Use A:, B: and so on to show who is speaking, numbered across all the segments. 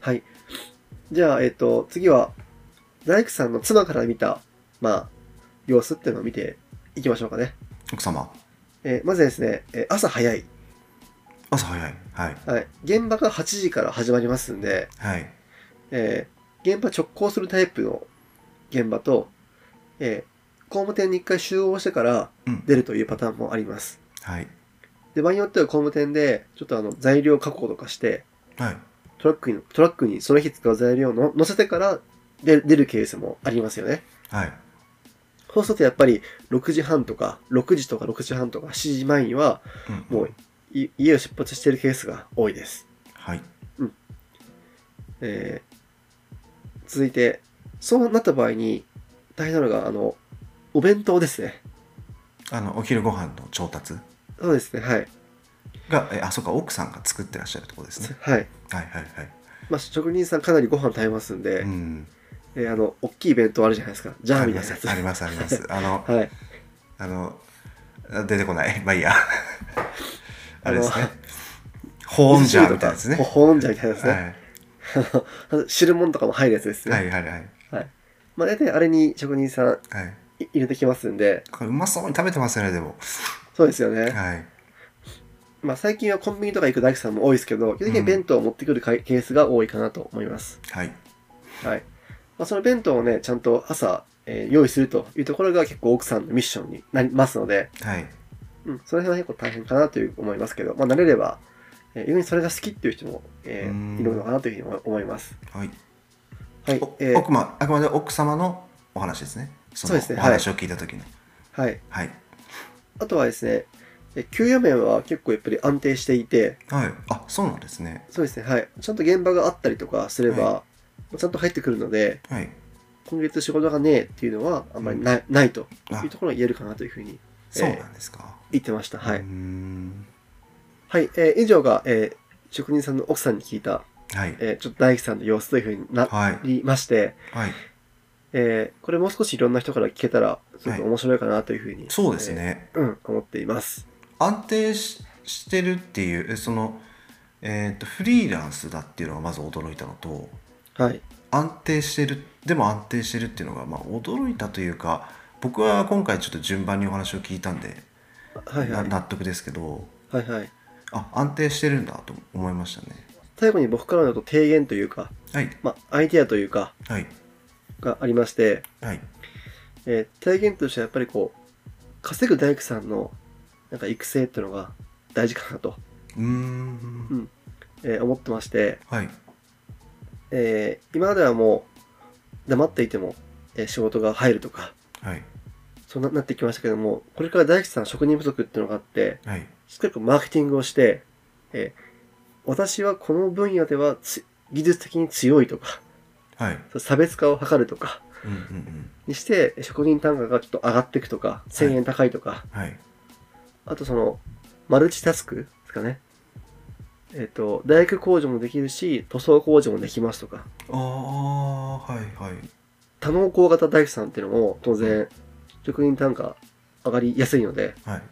A: はい。じゃあ、えっ、と、次は、大工さんの妻から見た、まあ、様子っていうのを見ていきましょうかね。
B: 奥様
A: えーまずですね、えー朝早い。
B: 朝早いはい
A: はい。現場が8時から始まりますんで、
B: はい
A: えー現場直行するタイプの現場と、えー工務店に一回集合してから
B: うん
A: 出るというパターンもあります。
B: はい
A: で、場合によっては工務店で、ちょっとあの、材料加工とかして、
B: はい
A: トラックに、トラックにその日使う材料の乗せてから出出るケースもありますよね。
B: はい
A: そうするとやっぱり6時半とか、6時とか6時半とか7時前には、
B: うん
A: もうい家を出発しているケースが多いです。
B: はい
A: えー続いて、そうなった場合に、大変なのが、あの、お弁当ですね。
B: あのお昼ご飯の調達
A: そうですね、はい。
B: がえあそうか奥さんが作ってらっしゃるところですね
A: はい。
B: はいはいはい
A: まあ、職人さんかなりご飯食べますんで、
B: うん
A: えーあの、大きい弁当あるじゃないですか。ジャーみたいなやつ。
B: ありますありますありますあの
A: はい。
B: あのあ出てこないまあいいやあれですね
A: あの
B: 保温ジャーみ
A: と
B: たい
A: か
B: なやつね
A: ほほんじゃみたいなやつ
B: は
A: ね。 あの汁物とかも入るやつです
B: い
A: ね。
B: はいはいはい
A: まあ、大体あれに職人さん
B: はい
A: い入れてきますんで、
B: これうまそうに食べてますよねでも
A: そうですよね。
B: はい
A: まあ、最近はコンビニとか行く大工さんも多いですけど、基本的に弁当を持ってくるかいケースが多いかなと思います。
B: はい
A: はい。まあ、その弁当をね、ちゃんと朝、えー用意するというところが結構奥さんのミッションになりますので、
B: はい
A: うん、その辺は結構大変かなという思いますけど、まあ、慣れれば、えー、逆にそれが好きっていう人も、えー
B: うん
A: いるのかなというふうに思います。
B: はい
A: はい
B: お。
A: えー
B: 奥まあくまで奥様のお話ですねその
A: そうですね
B: お話を聞いた時の
A: はい。
B: はい
A: あとはですね、えー給与面は結構やっぱり安定していて、
B: はいあそうなんですね
A: そうですね、はい。ちゃんと現場があったりとかすれば、ちゃんと入ってくるので、
B: はい
A: 今月仕事がねえっていうのはあんまりない,、ないと
B: あ
A: いうところが言えるかなというふうに
B: そうなんですか
A: 言ってました。はいう
B: ー。ん
A: はい、えー以上が、えー職人さんの奥さんに聞いた、
B: はい
A: えーちょっと大工さんの様子というふうにな
B: はい
A: りまして、
B: はい
A: えーこれもう少しいろんな人から聞けたら、すごく面白いかなというふうに、
B: そうですね
A: えーうん、思っています。
B: 安定ししてるっていうえそのえっとフリーランスだっていうのがまず驚いたのと
A: はい。
B: 安定してるでも安定してるっていうのがまあ驚いたというか僕は今回ちょっと順番にお話を聞いたんで、
A: はいは。
B: ない納得ですけど
A: はいはい。
B: あ安定してるんだと思いましたね
A: 最後に僕からのと提言というか、
B: はい
A: まあ、アイデアというか、
B: はい
A: がありまして、
B: はい
A: えー提言としてはやっぱりこう、稼ぐ大工さんの、なんか育成っていうのが大事かなと、
B: うーん
A: うんえー思ってまして、
B: はい
A: えー今まではもう黙っていても、えー仕事が入るとか
B: はい
A: そうななってきましたけどもこれから大吉さん職人不足っていうのがあって
B: はい
A: しっかりこうマーケティングをして、えー私はこの分野ではつ技術的に強いとか
B: はい
A: そう差別化を図るとか
B: うんうんうん
A: にして職人単価がちょっと上がっていくとか1000円高いとか、
B: はい
A: あとそのマルチタスクですかねえっ、と大工工場もできるし塗装工場もできますとか
B: ああはいはい
A: 多能工型大工さんっていうのも当然職人単価上がりやすいので、
B: はい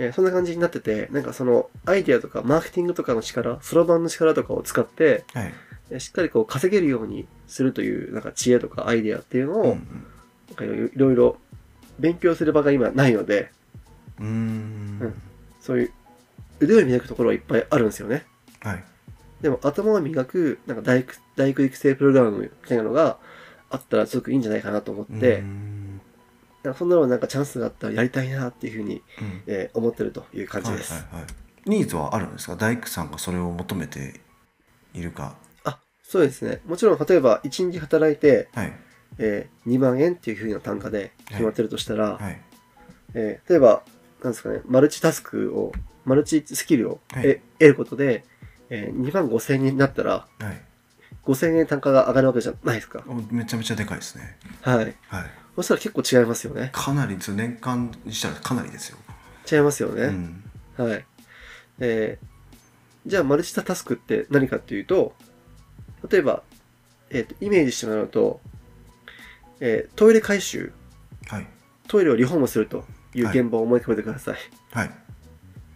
A: えーそんな感じになっててなんかそのアイデアとかマーケティングとかの力そろばんの力とかを使って、
B: はい
A: えーしっかりこう稼げるようにするというなんか知恵とかアイデアっていうのを、なんかいろいろいろ勉強する場が今ないので
B: うんうんうー
A: うん
B: ん
A: そういう腕を磨くところはいっぱいあるんですよね
B: はい
A: でも頭を磨くなんか大工大工育成プログラムみたいなのがあったらすごくいいんじゃないかなと思って、
B: うーん
A: なんかそんなのなんかチャンスがあったらやりたいなっていうふうに、
B: うん
A: えー思ってるという感じです。
B: はいはいはい、ニーズはあるんですか大工さんがそれを求めているか
A: あそうですね。もちろん例えば1日働いて、
B: はい
A: えー2万円っていうふうな単価で決まってるとしたら、
B: はい
A: えー例えばなんですかねマルチタスクをマルチスキルを、
B: はい
A: え得ることで、え2万5千円になったら
B: はい
A: 5千円単価が上がるわけじゃないですか。
B: おめちゃめちゃでかいですね
A: はい。
B: はい
A: そしたら結構違いますよね。
B: かなりそう年間にしたらかなりですよ、
A: 違いますよ
B: う
A: ね。
B: ん、
A: はい。えーじゃあマルチタスクって何かっていうと例えば、えーとイメージしてもらうと、えートイレ回収
B: はい
A: トイレをリフォームするという現場を思い浮かべてください。
B: はい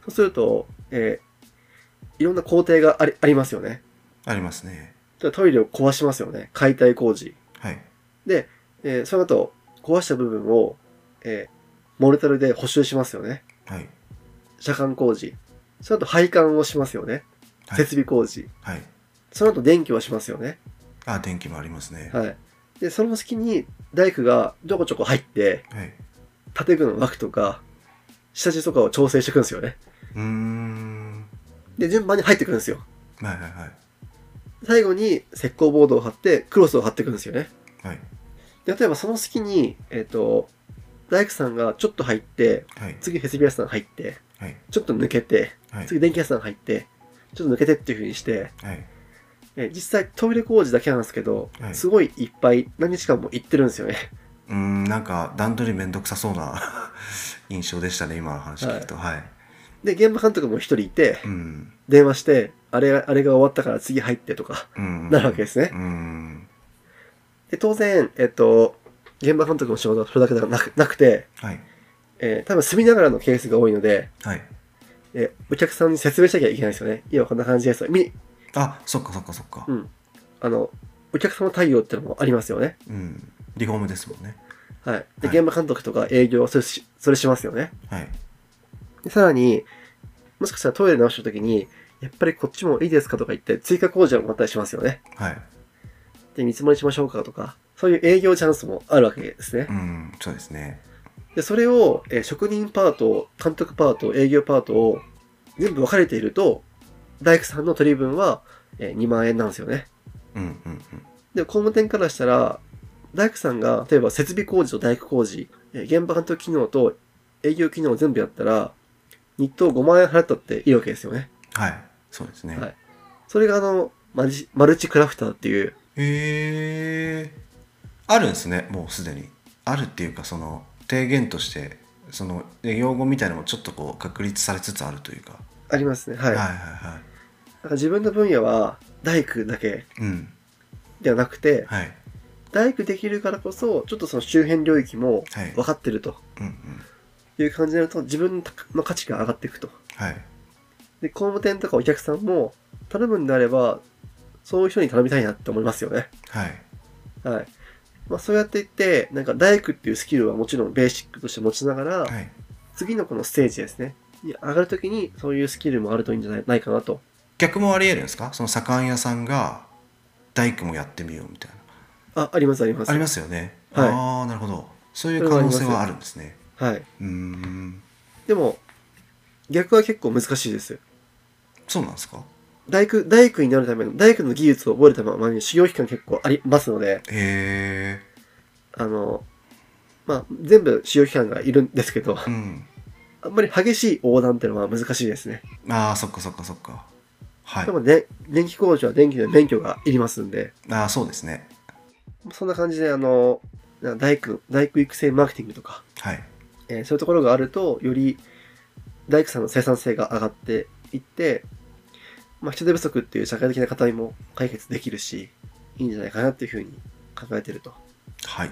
A: そうすると、えーいろんな工程がありありますよね。
B: ありますね。
A: ただトイレを壊しますよね。解体工事。
B: はい。
A: えーその後、壊した部分を、えーモルタルで補修しますよね。
B: はい。
A: 車間工事。その後、配管をしますよね。
B: はい
A: 設備工事。
B: はい。
A: その後、電気をしますよね。
B: あ、電気もありますね。
A: はい。で、その隙に、大工がちょこちょこ入って、
B: はい。
A: 建具の枠とか、下地とかを調整していくんですよね。
B: うーん。
A: で、順番に入ってくるんですよ。
B: はいはいはい。
A: 最後に石膏ボードを貼って、クロスを貼っていくんですよね。
B: はい。
A: で例えばその隙に、えっ、と、大工さんがちょっと入って、
B: はい。
A: 次ヘセビアさん入って、
B: はい。
A: ちょっと抜けて、
B: はい。
A: 次電気屋さん入って、ちょっと抜けてっていう風にして、
B: はい。
A: え実際トイレ工事だけなんですけど、
B: はい
A: すごいいっぱい何日間も行ってるんですよね。
B: うーん、なんか段取りめんどくさそうな 印象でしたね、今の話聞くと。はい。
A: で、現場監督も一人いて、
B: うん。
A: 電話して、あれ、あれが終わったから次入ってとか、
B: うん。
A: なるわけですね
B: う。ん。
A: で、当然、えっと、現場監督の仕事はそれだけではなくなくて、
B: はい。
A: えー多分住みながらのケースが多いので、
B: はい。
A: えーお客さんに説明しなきゃいけないですよね。今こんな感じです。み、
B: あ、そっかそっかそっか
A: う。ん。あの、お客様対応ってのもありますよね。
B: うん。リフォームですもんね。
A: はい。で、
B: はい
A: 現場監督とか営業、それし、それしますよね。
B: はい。
A: でさらに、もしかしたらトイレ直した時に、やっぱりこっちもいいですかとか言って、追加工事をまたりしますよね。
B: はい。
A: で、見積もりしましょうかとか、そういう営業チャンスもあるわけですね
B: う。ん、そうですね。
A: で、それを、えー職人パート、監督パート、営業パートを全部分かれていると、大工さんの取り分は、えー2万円なんですよね。
B: うんうんうん。
A: で、工務店からしたら、大工さんが、例えば設備工事と大工工事、えー現場監督機能と営業機能を全部やったら、日当5万円払ったっていいわけですよね。
B: はい。そうですね。
A: はいそれがあの、マルチマルチクラフターっていう、
B: へえあるんですねもうすでにあるっていうかその提言としてその用語みたいなのもちょっとこう確立されつつあるというか、
A: ありますね。はい。
B: はい、は
A: だ
B: いはい
A: から自分の分野は、大工だけ
B: うん
A: ではなくて、
B: はい
A: 大工できるからこそ、ちょっとその周辺領域も
B: はい
A: 分かってると
B: うんうん
A: いう感じになると、自分の価値が上がっていくと。
B: はい
A: で、工務店とかお客さんも、頼むんであれば、そういう人に頼みたいなって思いますよね。
B: はい
A: はい。まあそうやっていって、なんか大工っていうスキルはもちろんベーシックとして持ちながら、
B: はい
A: 次のこのステージですね。に上がるときに、そういうスキルもあるといいんじゃないないかなと。
B: 逆もありえるんですかその左官屋さんが大工もやってみようみたいな
A: あ、ありますあります。
B: ありますよね、
A: はい
B: ああなるほどそういう可能性はあるんですね
A: はい。
B: うーん
A: でも、逆は結構難しいです。
B: そうなんですか
A: 大工、大工になるための、大工の技術を覚えるための修行期間結構ありますので、
B: へえ
A: あの、まあ、全部修行期間がいるんですけど、
B: うん
A: あんまり激しい横断っていうのは難しいですね。
B: ああそっかそっかそっかはい
A: でもね、電気工事は電気の免許がいりますんで、
B: ああそうですね
A: そんな感じで、あの、な大工、大工育成マーケティングとか、
B: はい
A: えーそういうところがあると、より大工さんの生産性が上がっていって、まあ、人手不足っていう社会的な課題も解決できるし、いいんじゃないかなっていうふうに考えてると
B: はい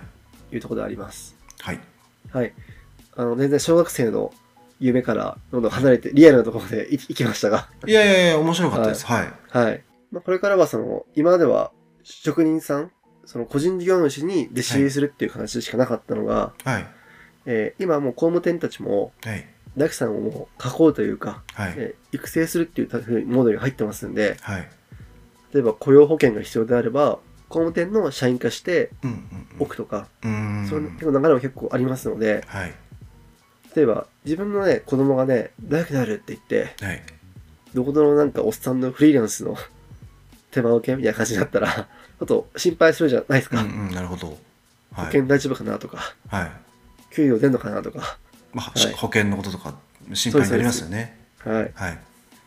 A: いうところであります。
B: はい
A: はい。あの、全然小学生の夢からどんどん離れて、リアルなところでい行きましたが、
B: いやいやいや面白かったですはい、
A: はい。まあ、これからはその、今までは職人さん、その個人事業主に弟子入りするっていう形しかなかったのが、
B: はい
A: えー今はもう工務店たちも、
B: はい
A: 大工さんをもう囲うというか、
B: はい
A: えー育成するっていうモデルが入ってますんで、
B: はい
A: 例えば雇用保険が必要であれば、工務店の社員化して
B: うんうん
A: おくとか、
B: うんうーん
A: そういう流れも結構ありますので、
B: はい
A: 例えば自分のね、子供がね、大工になるって言って、
B: はい
A: どこどのなんかおっさんのフリーランスの手間受けみたいな感じになったら、ちょっと心配するじゃないです
B: う
A: か。
B: んうんなるほど
A: 保
B: はい
A: 険大丈夫かなとか、
B: はい
A: 給料出んのかなとか、
B: まあ、
A: はい
B: 保険のこととか心配になりますよね
A: はい。
B: はい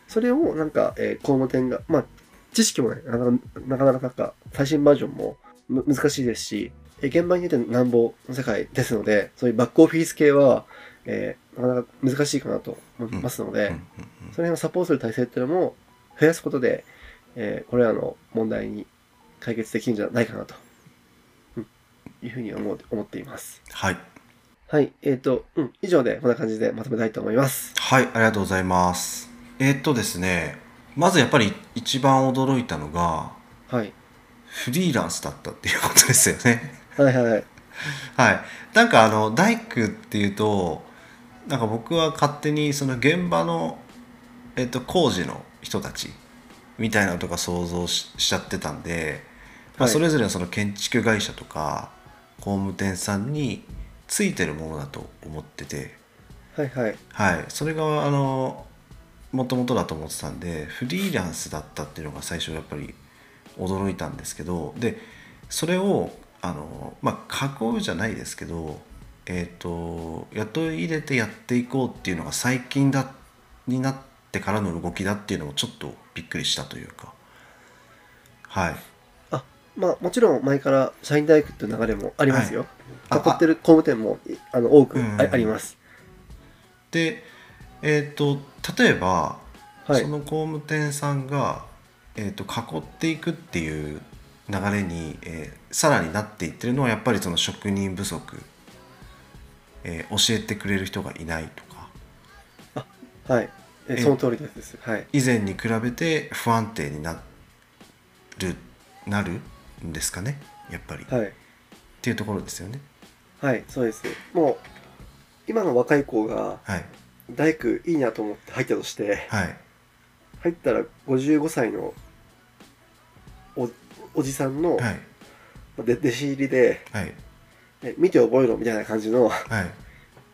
A: それをなんか、えー工務店が、まあ、知識もね、なかなかなかなんか最新バージョンもむ難しいですし、えー現場に出てなんぼの世界ですので、そういうバックオフィス系は、えーなかなか難しいかなと思いますので、
B: うんうんうん
A: その辺をサポートする体制っていうのも増やすことで、えーこれらの問題に解決できるんじゃないかなと、うんいうふうに思う思っています。
B: はい
A: はい、えっ、と、うん、以上でこんな感じでまとめたいと思います。
B: はいありがとうございますえーっとですねまずやっぱり一番驚いたのが
A: はい。
B: フリーランスだったっていうことですよね
A: はいはいはい。
B: はいなんかあの大工っていうとなんか僕は勝手にその現場の、えっと、工事の人たちみたいなのとか想像ししちゃってたんで、まあ、
A: はい
B: それぞれのその建築会社とか工務店さんについてるものだと思ってて
A: はいはい。
B: はい、それがあのもともとだと思ってたんでフリーランスだったっていうのが最初やっぱり驚いたんですけどでそれをあの、まあ、囲うじゃないですけど、えー、と雇い入れてやっていこうっていうのが最近だになってからの動きだっていうのもちょっとびっくりしたというかはい
A: あ、まあもちろん前から社員大工っていう流れもありますよ。
B: あ
A: 囲ってる工務店もいあの多く
B: うん
A: ああります。
B: でえっ、と例えば
A: はい
B: そ。の工務店さんが、えー、と囲っていくっていう流れに、えーさらになっていってるのはやっぱりその職人不足、えー教えてくれる人がいないとか
A: はい。え
B: え
A: その通りです。はい。
B: 以前に比べて不安定になるなるんですかねやっぱり、っ
A: はい。
B: ていうところですよね。
A: はい。そうです。もう、今の若い子が
B: はい、
A: 大工いいなと思って入ったとして、
B: はい、
A: 入ったら55歳のおおじさんの、
B: はい、
A: で弟子入りで、
B: はい、
A: え見て覚えろみたいな感じの
B: はい、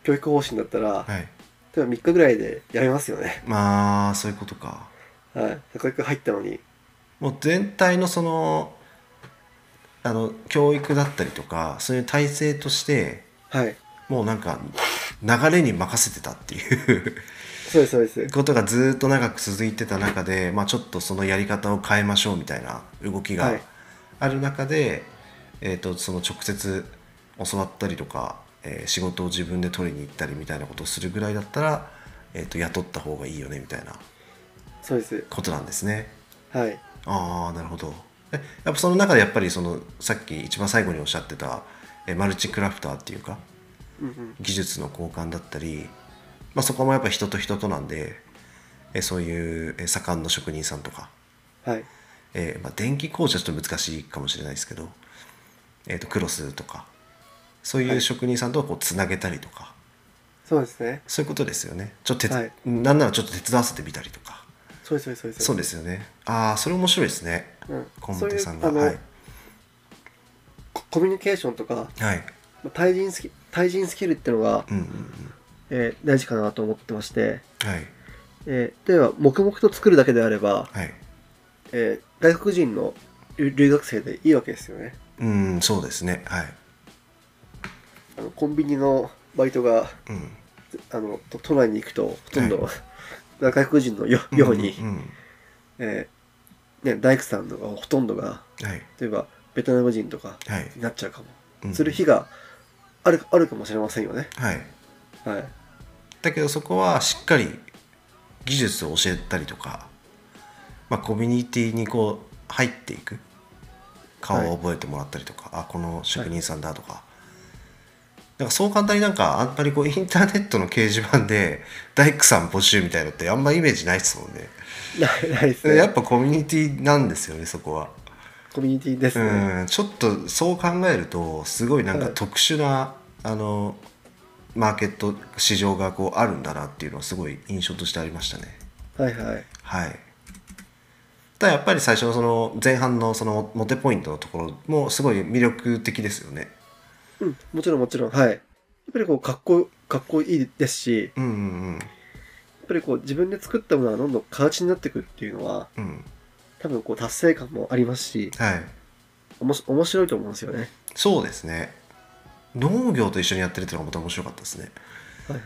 A: 教育方針だったら、
B: はい。
A: 例えば3日ぐらいでやめますよね。
B: まあそういうことか。
A: はい。教育入ったのに。
B: もう全体のそのあの教育だったりとかそういう体制として
A: はい。
B: もうなんか流れに任せてたっていう
A: そうです、そうです。
B: ことがずっと長く続いてた中で、まあ、ちょっとそのやり方を変えましょうみたいな動き
A: は
B: が
A: い
B: ある中で、えー、とその直接教わったりとか、えー仕事を自分で取りに行ったりみたいなことをするぐらいだったら、えー、と雇った方がいいよねみたいな
A: そうです。
B: ことなんですね。
A: はい。
B: ああなるほどえやっぱその中でやっぱりそのさっき一番最後におっしゃってたえマルチクラフターっていうか
A: うんうん。
B: 技術の交換だったり、まあ、そこもやっぱ人と人となんでえそういうえ左官の職人さんとか、
A: はい。
B: えまあ、電気工事はちょっと難しいかもしれないですけど、えー、とクロスとかそうい
A: は
B: う
A: い
B: 職人さんとこうつなげたりとか、
A: そうですね。
B: そういうことですよねちょっと手、
A: はい
B: なんならちょっと手伝わせてみたりとか
A: そうです、そうです。
B: そう
A: で
B: ですよねああそれ面白いですね
A: す。うん。
B: コ
A: そ
B: ン
A: うい
B: テ
A: う
B: さんが
A: あの
B: はい
A: ココミュニケーションとか、
B: はい
A: まあ対人スキ対人スキルっていうのが、
B: うんうんうん
A: えー大事かなと思ってまして、
B: はい
A: えー例えば黙々と作るだけであれば、
B: はい
A: えー外国人の留留学生でいいわけですよね
B: うんそうですねはい
A: あのコンビニのバイトが
B: うん
A: あの都都内に行くとほとんど、
B: は
A: 外国人のよように、
B: うん
A: えーね、大工さんのがほとんどが
B: うんはい
A: 例えばベトナム人とか
B: はい
A: になっちゃうかも、
B: うん
A: する日があるあるかもしれませんよね
B: はい
A: はい
B: だけどそこはしっかり技術を教えたりとかまあコミュニティにこう入っていく顔を覚えてもらったりとか、あこの職人さんだとか、なんかそう簡単になんかあんまりこうインターネットの掲示板で大工さん募集みたいなのってあんまイメージないですもんね
A: ないないですね
B: やっぱコミュニティなんですよねそこは
A: コミュニティですね、
B: うんちょっとそう考えるとすごいなんか
A: はい
B: 特殊な、あのマーケット市場がこうあるんだなっていうのはすごい印象としてありましたね。
A: はいはい
B: はい、ただやっぱり最初のその前半のそのモテポイントのところもすごい魅力的ですよね。
A: うんもちろんもちろんはいやっぱりこうかっこかっこいいですし
B: うんう
A: や
B: ん
A: っぱりこう自分で作ったものがどんどん形になってくっていうのは
B: うんうん
A: 多分こう達成感もありますし
B: はい
A: おもし面白いと思うんですよね
B: そうですね農業と一緒にやってるっていうのがまた面白かったですね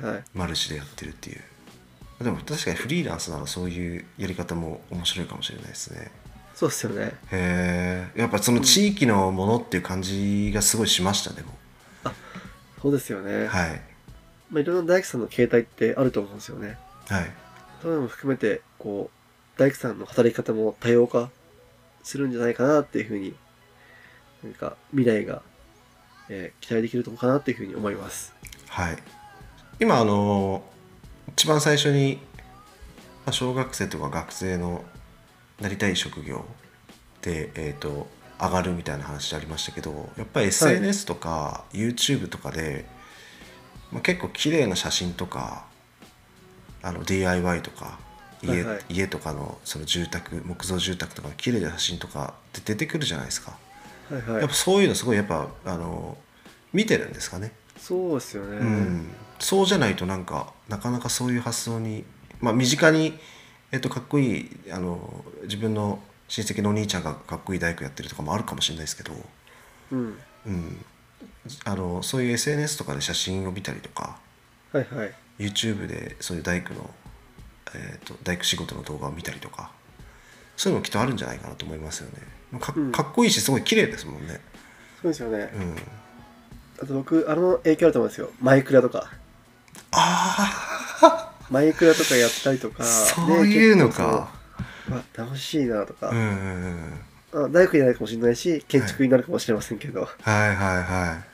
A: はいはい
B: マルチでやってるっていうでも確かにフリーランスならそういうやり方も面白いかもしれないですね。
A: そうですよね
B: へえやっぱその地域のものっていう感じがすごいしましたね、も
A: そうですよね、
B: うはいはい
A: まあ、いろんな大工さんの形態ってあると思うんですよねそういうのも含めてこう大工さんの働き方も多様化するんじゃないかなっていうふうになんか未来が、えー期待できるとこかなっていうふうに思います
B: はい今あの一番最初にまあ小学生とか学生のなりたい職業で、えー、と上がるみたいな話ありましたけどやっぱり SNS とか YouTube とかで、まあ、結構綺麗な写真とかあの DIY とか家,、
A: はいはい
B: 家とかのその住宅木造住宅とかの綺麗な写真とかって出てくるじゃないですか、
A: はいはい
B: やっぱそういうのすごいやっぱあの見てるんですかね、
A: そうですよね、
B: うん、そうじゃないとなんかなかなかそういう発想に、まあ、身近に、えっと、かっこいいあの自分の親戚のお兄ちゃんがかっこいい大工やってるとかもあるかもしれないですけど、
A: うん、
B: うん、あのそういう SNS とかで写真を見たりとか
A: はいはい
B: YouTube でそういう大工の、えっと大工仕事の動画を見たりとかそういうのもきっとあるんじゃないかなと思いますよね。まあか
A: うん
B: かっこいいしすごい綺麗ですもんね。
A: そうですよね
B: うん、
A: あと僕あの影響あると思うんですよマイクラとか
B: あ
A: マイクラとかやったりとか
B: あ そういうの
A: ね
B: か。
A: 結構そううわ楽しいなと
B: うん
A: か、
B: うんうん
A: あ大工になるかもしれないし建築になるかもしれませんけど、
B: はいはいはい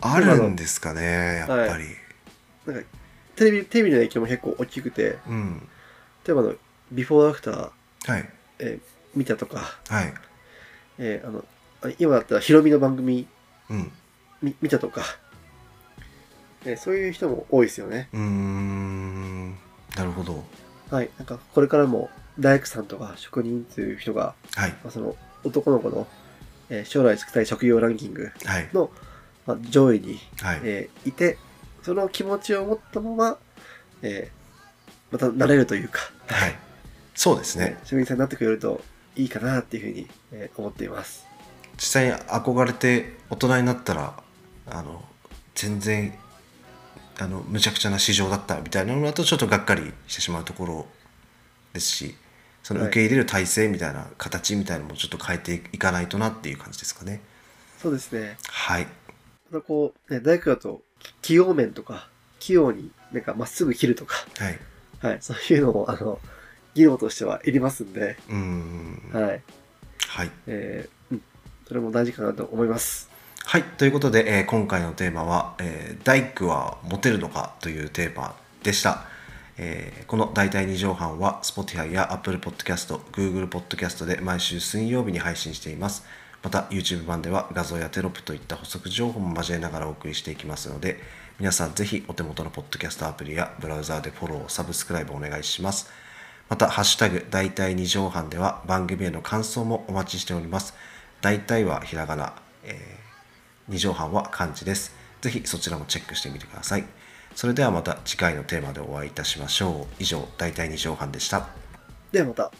B: あるんですかねやっぱり、
A: はなんかテレビテレビの影響も結構大きくて
B: うん
A: 例えばあのビフォーアフター、
B: はい
A: えー見たとか、
B: はい
A: えーあのあ今だったらヒロミの番組
B: うん
A: み見たとか、えーそういう人も多いですよね
B: うーんなるほど
A: はいなんかこれからも大工さんとか職人という人が、
B: はい
A: まあ、その男の子の、えー将来就きたい職業ランキング
B: はい
A: の、まあ、上位に、
B: はい
A: えーいてその気持ちを持ったまま、えーまたなれるというか
B: はいそうですね
A: 職人さんになってくれるといいかなっていうふうに、えー思っています
B: 実際に憧れて大人になったらあの全然あのむちゃくちゃな市場だったみたいなのだとちょっとがっかりしてしまうところですしその
A: はい
B: 受け入れる体制みたいな形みたいなのもちょっと変えていかないとなっていう感じですかね
A: そうですね
B: はい
A: あとこう、ね、大工だとき器用面とか器用になんかまっすぐ切るとか、
B: はい
A: はい、そういうのもあの技能としてはいりますんで、
B: うーん
A: はい
B: はい、
A: えーうん、それも大事かなと思います
B: はい、ということで、えー今回のテーマは、えー大工はモテるのか?」というテーマでした、えーこの「大体2畳半」は Spotify や Apple Podcast、Google Podcast で毎週水曜日に配信していますまた YouTube 版では画像やテロップといった補足情報も交えながらお送りしていきますので皆さんぜひお手元のポッドキャストアプリやブラウザーでフォロー、サブスクライブお願いしますまた、ハッシュタグ、大体2畳半では番組への感想もお待ちしております。大体はひらがな、え2畳半は漢字です。ぜひそちらもチェックしてみてください。それではまた次回のテーマでお会いいたしましょう。以上、大体2畳半でした。
A: ではまた